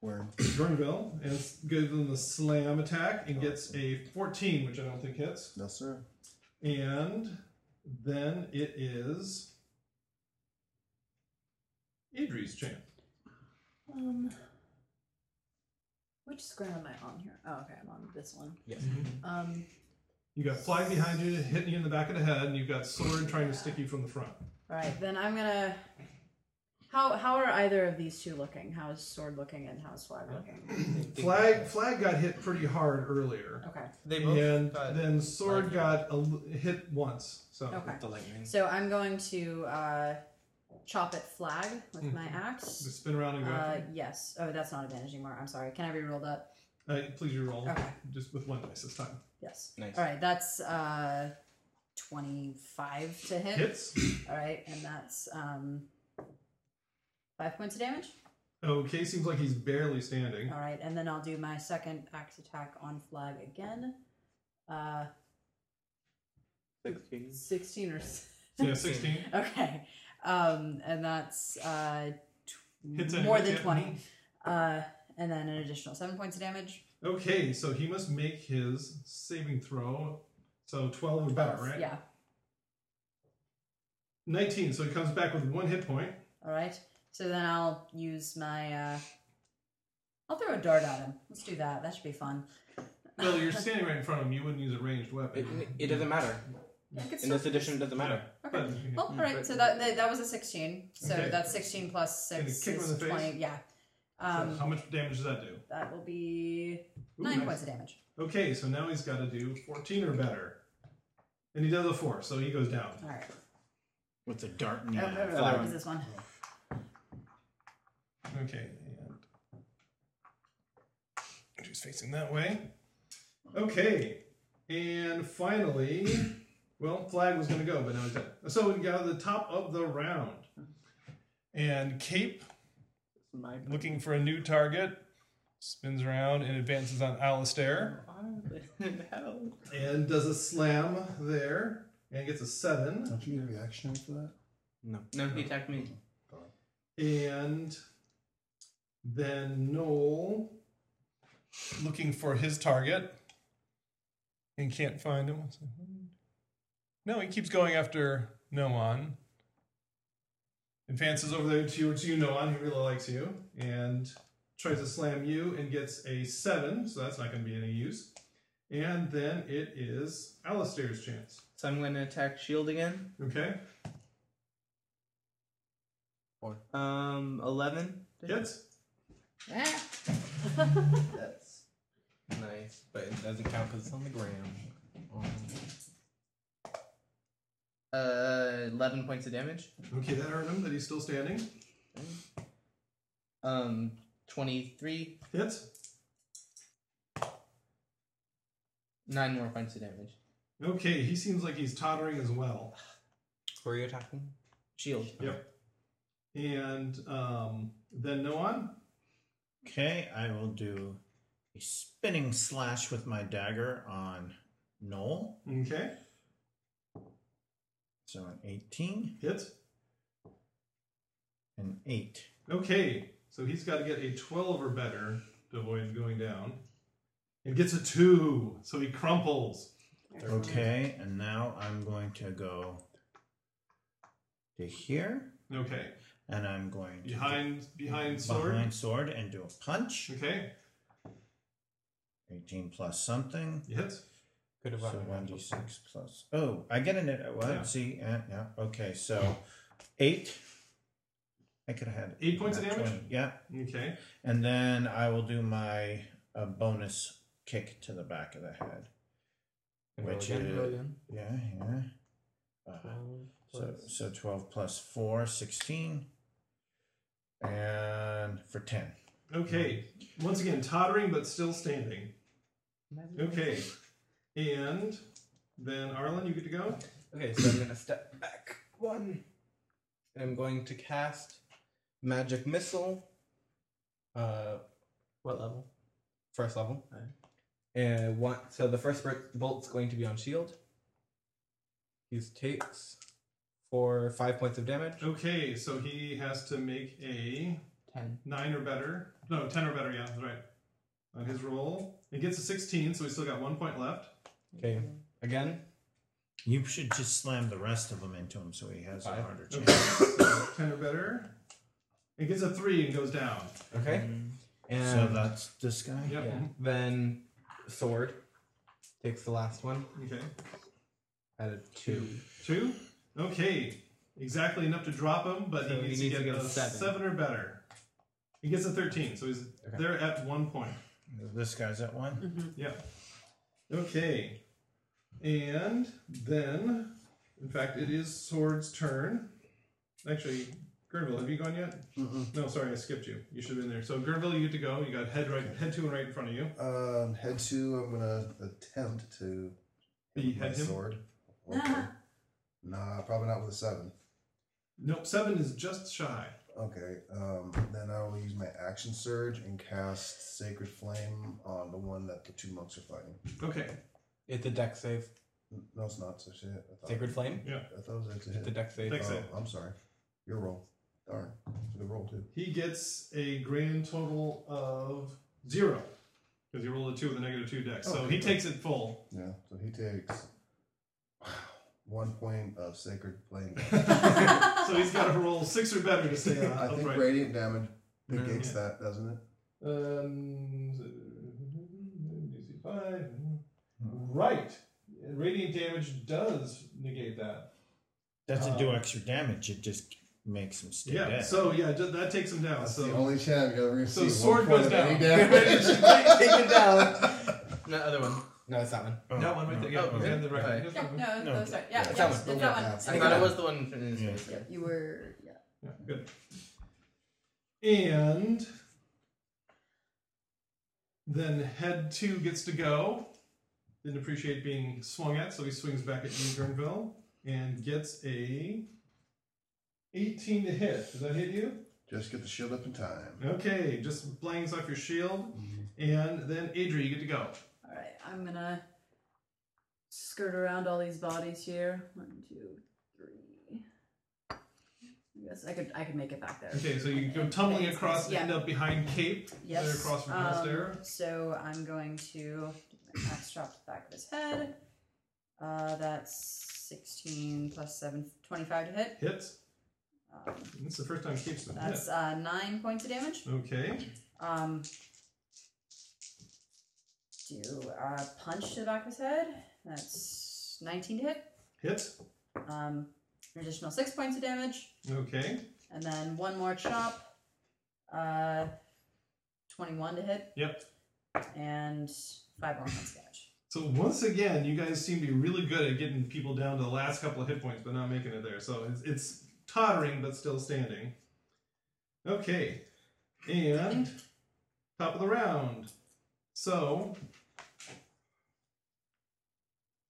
Speaker 6: Worm.
Speaker 5: Grenville and s- gives him the slam attack and gets a 14, which I don't think hits.
Speaker 3: No, sir.
Speaker 5: And then it is Idri's chance.
Speaker 2: Um, which square am I on here? Oh, okay, I'm on this one.
Speaker 4: Yes.
Speaker 5: Mm-hmm.
Speaker 2: Um,
Speaker 5: You got flag behind you, hitting you in the back of the head, and you've got sword trying to stick you from the front.
Speaker 2: all right, then I'm gonna. How how are either of these two looking? How is sword looking and how is flag looking?
Speaker 5: Flag flag got hit pretty hard earlier,
Speaker 2: Okay,
Speaker 4: They
Speaker 5: and
Speaker 4: Oh, got
Speaker 5: then sword
Speaker 4: flag.
Speaker 5: got a l- hit once. So
Speaker 2: okay.
Speaker 4: the lightning.
Speaker 2: So I'm going to uh, chop at flag with my axe.
Speaker 5: just spin around and go.
Speaker 2: Uh,
Speaker 5: after
Speaker 2: yes. Oh, that's not advantage anymore. I'm sorry. Can I re-roll that?
Speaker 5: it. Uh, please reroll
Speaker 2: Okay.
Speaker 5: just with one dice this time.
Speaker 2: Yes.
Speaker 4: Nice.
Speaker 2: All right, that's uh, 25 to hit.
Speaker 5: Hits.
Speaker 2: All right, and that's um, five points of damage.
Speaker 5: Okay, seems like he's barely standing.
Speaker 2: All right, and then I'll do my second axe attack on flag again. Uh,
Speaker 4: 16.
Speaker 2: 16 or s-
Speaker 5: Yeah, sixteen.
Speaker 2: okay, um, and that's uh, tw-
Speaker 5: Hits a
Speaker 2: more
Speaker 5: hit,
Speaker 2: than
Speaker 5: yeah.
Speaker 2: 20. Uh, and then an additional seven points of damage.
Speaker 5: Okay, so he must make his saving throw. So twelve or better, right?
Speaker 2: Yeah.
Speaker 5: Nineteen. So he comes back with one hit point.
Speaker 2: All right. So then I'll use my. Uh, I'll throw a dart at him. Let's do that. That should be fun.
Speaker 5: Well, you're standing right in front of him. You wouldn't use a ranged weapon.
Speaker 4: It, it doesn't matter.
Speaker 2: Yeah, I could
Speaker 4: In
Speaker 2: still-
Speaker 4: this edition, it doesn't matter.
Speaker 2: okay. Oh,
Speaker 5: But you can-
Speaker 2: Well, all right. So that that, that was a sixteen. So
Speaker 5: Okay.
Speaker 2: that's sixteen plus
Speaker 5: Can you
Speaker 2: six
Speaker 5: kick him
Speaker 2: is
Speaker 5: in the face?
Speaker 2: twenty. Yeah.
Speaker 5: so how
Speaker 2: Um,
Speaker 5: much damage does that do?
Speaker 2: that will be
Speaker 5: Ooh,
Speaker 2: nine
Speaker 5: nice.
Speaker 2: points of damage.
Speaker 5: Okay, so now he's got to do 14 or better. And he does a 4, so he goes down.
Speaker 2: All right.
Speaker 6: With the dart in
Speaker 2: Oh,
Speaker 6: your
Speaker 2: no, no,
Speaker 6: eye.
Speaker 2: no,
Speaker 6: Other
Speaker 2: that
Speaker 6: one.
Speaker 2: was this one.
Speaker 5: Okay, and she's facing that way. Okay, and finally, well, flag was going to go, but now he's dead. So we got the top of the round. And Cape, looking for a new target, spins around and advances on Alistair. And does a slam there and gets a 7.
Speaker 3: Don't you get a reaction for that?
Speaker 4: No.
Speaker 1: No, he attacked me.
Speaker 5: And then Noel looking for his target and can't find him. It's like, hmm. No, he keeps going after Noan. Advances over there towards you, Noan. He really likes you. And tries to slam you and gets a seven, so that's not going to be any use. And then it is Alistair's chance.
Speaker 1: So I'm going to attack shield again.
Speaker 5: Okay,
Speaker 1: Um, eleven.
Speaker 5: hits.
Speaker 2: Ah.
Speaker 1: That's nice.
Speaker 4: But it doesn't count because it's on the gram.
Speaker 1: Uh, eleven points of damage.
Speaker 5: Okay, that hurt him. That he's still standing.
Speaker 1: Um, twenty-three.
Speaker 5: Hits.
Speaker 1: Nine more points of damage.
Speaker 5: Okay, he seems like he's tottering as well.
Speaker 4: Who are you attacking?
Speaker 1: Shield.
Speaker 5: Yep. And um, then no one.
Speaker 6: Okay, I will do a spinning slash with my dagger on Noel.
Speaker 5: Okay,
Speaker 6: So an 18
Speaker 5: hits.
Speaker 6: and 8.
Speaker 5: Okay, so he's got to get a 12 or better to avoid going down. And gets a 2, so he crumples.
Speaker 6: Okay, and now I'm going to go to here
Speaker 5: Okay,
Speaker 6: and I'm going to
Speaker 5: behind behind
Speaker 6: behind
Speaker 5: sword.
Speaker 6: sword and do a punch.
Speaker 5: Okay,
Speaker 6: 18 plus something.
Speaker 5: he hits.
Speaker 4: Could have
Speaker 6: So
Speaker 4: gotten
Speaker 6: one d six plus. Oh, I get an it. What?
Speaker 5: Yeah.
Speaker 6: See, uh, yeah. Okay, so eight. I could have had
Speaker 5: Eight points of
Speaker 6: nat
Speaker 5: damage?
Speaker 6: 20, Yeah,
Speaker 5: Okay,
Speaker 6: and then I will do my uh, bonus kick to the back of the head.
Speaker 4: Roll
Speaker 6: Which
Speaker 4: again,
Speaker 6: is
Speaker 4: roll
Speaker 6: yeah, yeah. Uh, so so twelve plus four, 16. and for ten.
Speaker 5: okay. Once again, tottering but still standing. Okay, and then Arlen, you get to go.
Speaker 4: Okay, so I'm going to step back one. And I'm going to cast Magic Missile. Uh,
Speaker 1: What level?
Speaker 4: first level.
Speaker 1: Alright.
Speaker 4: And one, so the first bolt- bolt's going to be on shield. He takes for five points of damage.
Speaker 5: Okay, so he has to make a
Speaker 1: Ten.
Speaker 5: nine or better. No, ten or better. Yeah, that's right. On his roll, and gets a sixteen, so he's still got one point left.
Speaker 4: Okay, again.
Speaker 6: You should just slam the rest of them into him so he has a
Speaker 4: Five.
Speaker 6: harder chance.
Speaker 5: Okay, so ten or better. It gets a three and goes down.
Speaker 4: Okay. And
Speaker 6: So that's this guy.
Speaker 5: Yep.
Speaker 4: yeah. then sword takes the last one
Speaker 5: mm, Okay.
Speaker 4: at a two.
Speaker 5: Two. Okay. Exactly enough to drop him, but
Speaker 1: So
Speaker 5: he, needs to get, a seven. or better. He gets a thirteen, so he's
Speaker 4: Okay.
Speaker 5: there at one point.
Speaker 6: This guy's at one.
Speaker 5: Yeah. Okay. And then, in fact, it is Sword's turn. Actually, Gurnville, have you gone yet? No, sorry, I skipped you. You should have been there. So, Gurnville, you get to go. You got head right, head two, and right in front of you.
Speaker 3: Um, head two. I'm gonna attempt to hit
Speaker 5: You
Speaker 3: with my
Speaker 5: head him?
Speaker 3: sword. Okay. nah, probably not with a seven.
Speaker 5: Nope, seven is just shy.
Speaker 3: Okay. Um, then I will use my action surge and cast Sacred Flame on the one that the two monks are fighting.
Speaker 5: Okay.
Speaker 4: It's a deck save.
Speaker 3: N- No, it's not. It's a shit. I thought,
Speaker 4: Sacred Flame?
Speaker 3: I thought it was actually a
Speaker 4: It's a
Speaker 3: hit.
Speaker 4: deck save.
Speaker 5: Dex
Speaker 3: Oh,
Speaker 5: save.
Speaker 3: I'm sorry. Your roll. Darn. It's a good roll too.
Speaker 5: He gets a grand total of zero because he rolled a two with a negative two dex. so
Speaker 3: Okay.
Speaker 5: he takes it full.
Speaker 3: Yeah. So he takes one point of Sacred Flame.
Speaker 5: So he's got to roll six or better to stay uh,
Speaker 3: I think
Speaker 5: upright.
Speaker 3: radiant damage negates that, doesn't it?
Speaker 5: Um, DC five. Right. Radiant damage does negate that.
Speaker 6: Doesn't do
Speaker 5: Um,
Speaker 6: extra damage. It just makes him stay
Speaker 5: yeah.
Speaker 6: dead.
Speaker 5: So yeah, ju- that takes him down.
Speaker 3: That's
Speaker 5: so
Speaker 3: the only chance I've ever
Speaker 5: so
Speaker 3: seen.
Speaker 5: sword
Speaker 3: One
Speaker 5: goes
Speaker 3: point of any
Speaker 5: down.
Speaker 3: damage.
Speaker 4: Taken down.
Speaker 1: No, other one.
Speaker 4: No, it's that one.
Speaker 6: Oh,
Speaker 5: that one right
Speaker 6: no.
Speaker 5: there. Yeah,
Speaker 6: Oh,
Speaker 5: okay. the right.
Speaker 1: Alright.
Speaker 5: Yes,
Speaker 11: Yeah,
Speaker 5: that one.
Speaker 11: no,
Speaker 6: No,
Speaker 11: no, sorry. Yeah, yeah,
Speaker 6: yeah, it's
Speaker 11: yes,
Speaker 4: that one.
Speaker 11: it's that
Speaker 3: Yeah,
Speaker 11: one.
Speaker 3: it's
Speaker 1: I thought it was the one in his
Speaker 6: Yeah.
Speaker 1: face.
Speaker 2: Yep, you were. Yeah.
Speaker 5: Yeah, good. And then head two gets to go. Didn't appreciate being swung at, so he swings back at you, Gurnville, and gets a 18 to hit. Does that hit you?
Speaker 3: Just get the shield up in time.
Speaker 5: Okay, just blangs off your shield. And then Adri, you get to go.
Speaker 2: All right, I'm gonna skirt around all these bodies here. One, two, three. I guess I could I could make it back there.
Speaker 5: Okay, so you go tumbling across and
Speaker 2: Yeah.
Speaker 5: end up behind Cape.
Speaker 2: Yes.
Speaker 5: They're across from
Speaker 2: um,
Speaker 5: Alistair.
Speaker 2: So I'm going to get my axe drop to the back of his head. Uh, that's 16 plus 7, 25 to hit.
Speaker 5: Hits.
Speaker 2: Um,
Speaker 5: This is the first time Cape's been hit.
Speaker 2: that's uh, 9 points of damage.
Speaker 5: Okay.
Speaker 2: Um, do uh, punch to Aqua's head. That's 19 to hit.
Speaker 5: Hit.
Speaker 2: Um, an additional six points of damage.
Speaker 5: Okay.
Speaker 2: And then one more chop. Uh, 21 to hit.
Speaker 5: Yep.
Speaker 2: And five more points of damage.
Speaker 5: So once again, you guys seem to be really good at getting people down to the last couple of hit points, but not making it there. So it's, it's tottering, but still standing. Okay, and top of the round. So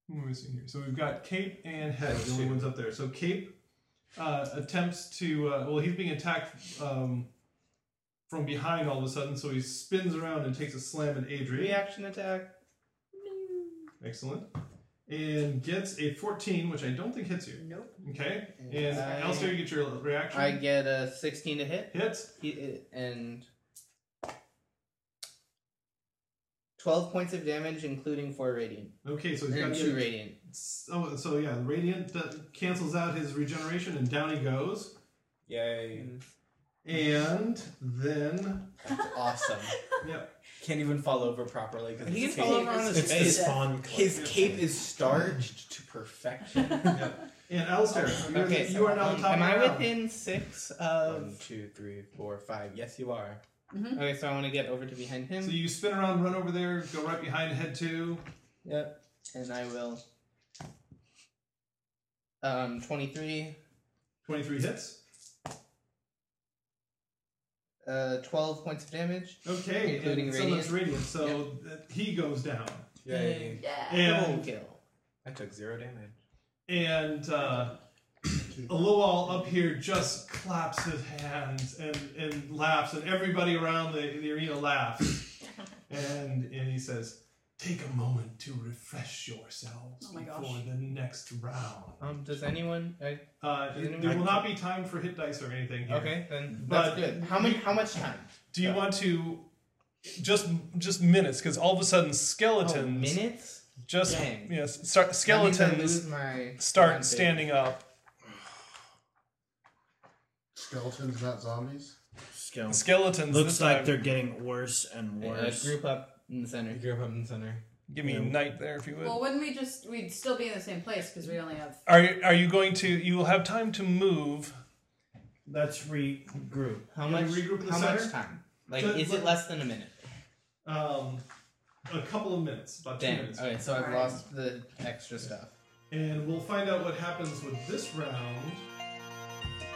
Speaker 5: what am I seeing here? So we've got Cape and Head, the only ones up there. So Cape uh, attempts to uh, well, he's being attacked um, from behind all of a sudden, so he spins around and takes a slam at Adrian.
Speaker 1: Reaction attack.
Speaker 5: Excellent. And gets a 14, which I don't think hits you.
Speaker 2: Nope.
Speaker 5: Okay. And
Speaker 1: I-
Speaker 5: Alistair, you get your reaction.
Speaker 1: I get a 16 to hit
Speaker 5: Hits.
Speaker 1: He- and 12 points of damage, including 4 radiant.
Speaker 5: Okay, so he's got
Speaker 1: And 2
Speaker 5: to-
Speaker 1: radiant.
Speaker 5: Oh, so yeah, the Radiant uh, cancels out his regeneration, and down he goes.
Speaker 4: Yay.
Speaker 5: And then,
Speaker 4: That's awesome.
Speaker 5: yep.
Speaker 4: Can't even fall over properly. 'cause
Speaker 6: He
Speaker 4: his
Speaker 6: can fall
Speaker 4: cape-
Speaker 6: over on his
Speaker 4: his
Speaker 6: face.
Speaker 4: cape-
Speaker 8: Spawn
Speaker 4: His cape is starched to perfection.
Speaker 5: yep. And Alistair, you're,
Speaker 1: Okay,
Speaker 5: you
Speaker 1: so,
Speaker 5: are now
Speaker 1: um,
Speaker 5: the top
Speaker 1: Am
Speaker 5: of the
Speaker 1: I
Speaker 5: round.
Speaker 1: within 6
Speaker 4: One,
Speaker 1: of.
Speaker 4: two, three, four, five. Yes, you are.
Speaker 1: Okay, so I want to get over to behind him.
Speaker 5: So you spin around, run over there, go right behind Head 2.
Speaker 1: Yep. And I will. Um, 23,
Speaker 5: 23 hits.
Speaker 1: uh, 12 points of damage.
Speaker 5: Okay,
Speaker 1: Including
Speaker 5: and so that's Radiant. So that he goes down.
Speaker 4: Yay.
Speaker 10: Yeah.
Speaker 5: And
Speaker 1: Double kill.
Speaker 4: I took zero damage.
Speaker 5: and uh, Aloal up here just claps his hands and, and laughs, and everybody around the, the arena laughs. and and he says, "Take a moment to refresh yourselves
Speaker 11: Oh my gosh.
Speaker 5: before the next round."
Speaker 1: Um, does anyone? I,
Speaker 5: Uh, it- there will not be time for hit dice or anything. Here.
Speaker 1: okay, then that's
Speaker 5: But-
Speaker 1: good. How many? How much time?
Speaker 9: Do you want to just just minutes? Because all of a sudden
Speaker 1: Oh,
Speaker 9: skeletons
Speaker 1: minutes.
Speaker 9: just
Speaker 1: Dang.
Speaker 9: yes start,
Speaker 1: That means I
Speaker 9: skeletons
Speaker 1: lose my
Speaker 9: start
Speaker 1: advantage.
Speaker 9: standing up.
Speaker 3: Skeletons, not zombies.
Speaker 6: Skill.
Speaker 9: Skeletons
Speaker 6: Looks
Speaker 9: this
Speaker 6: like
Speaker 9: time-
Speaker 6: they're getting worse and
Speaker 1: Uh,
Speaker 6: worse.
Speaker 1: group up in the center.
Speaker 4: You grew up in the center.
Speaker 9: Give me night there if you would.
Speaker 10: Well, wouldn't we just we'd still be in the same place because we only have
Speaker 9: Are you, are you going to? You will have time to move.
Speaker 6: Let's regroup.
Speaker 1: How
Speaker 5: Can we
Speaker 1: much?
Speaker 5: regroup in the
Speaker 1: how
Speaker 5: center?
Speaker 1: much time? Like,
Speaker 5: Good,
Speaker 1: is
Speaker 5: look.
Speaker 1: it less than a minute?
Speaker 5: Um, a couple of minutes, about two
Speaker 1: Damn.
Speaker 5: minutes,
Speaker 1: Okay, so I've
Speaker 10: Alright.
Speaker 1: lost the extra stuff.
Speaker 5: and we'll find out what happens with this round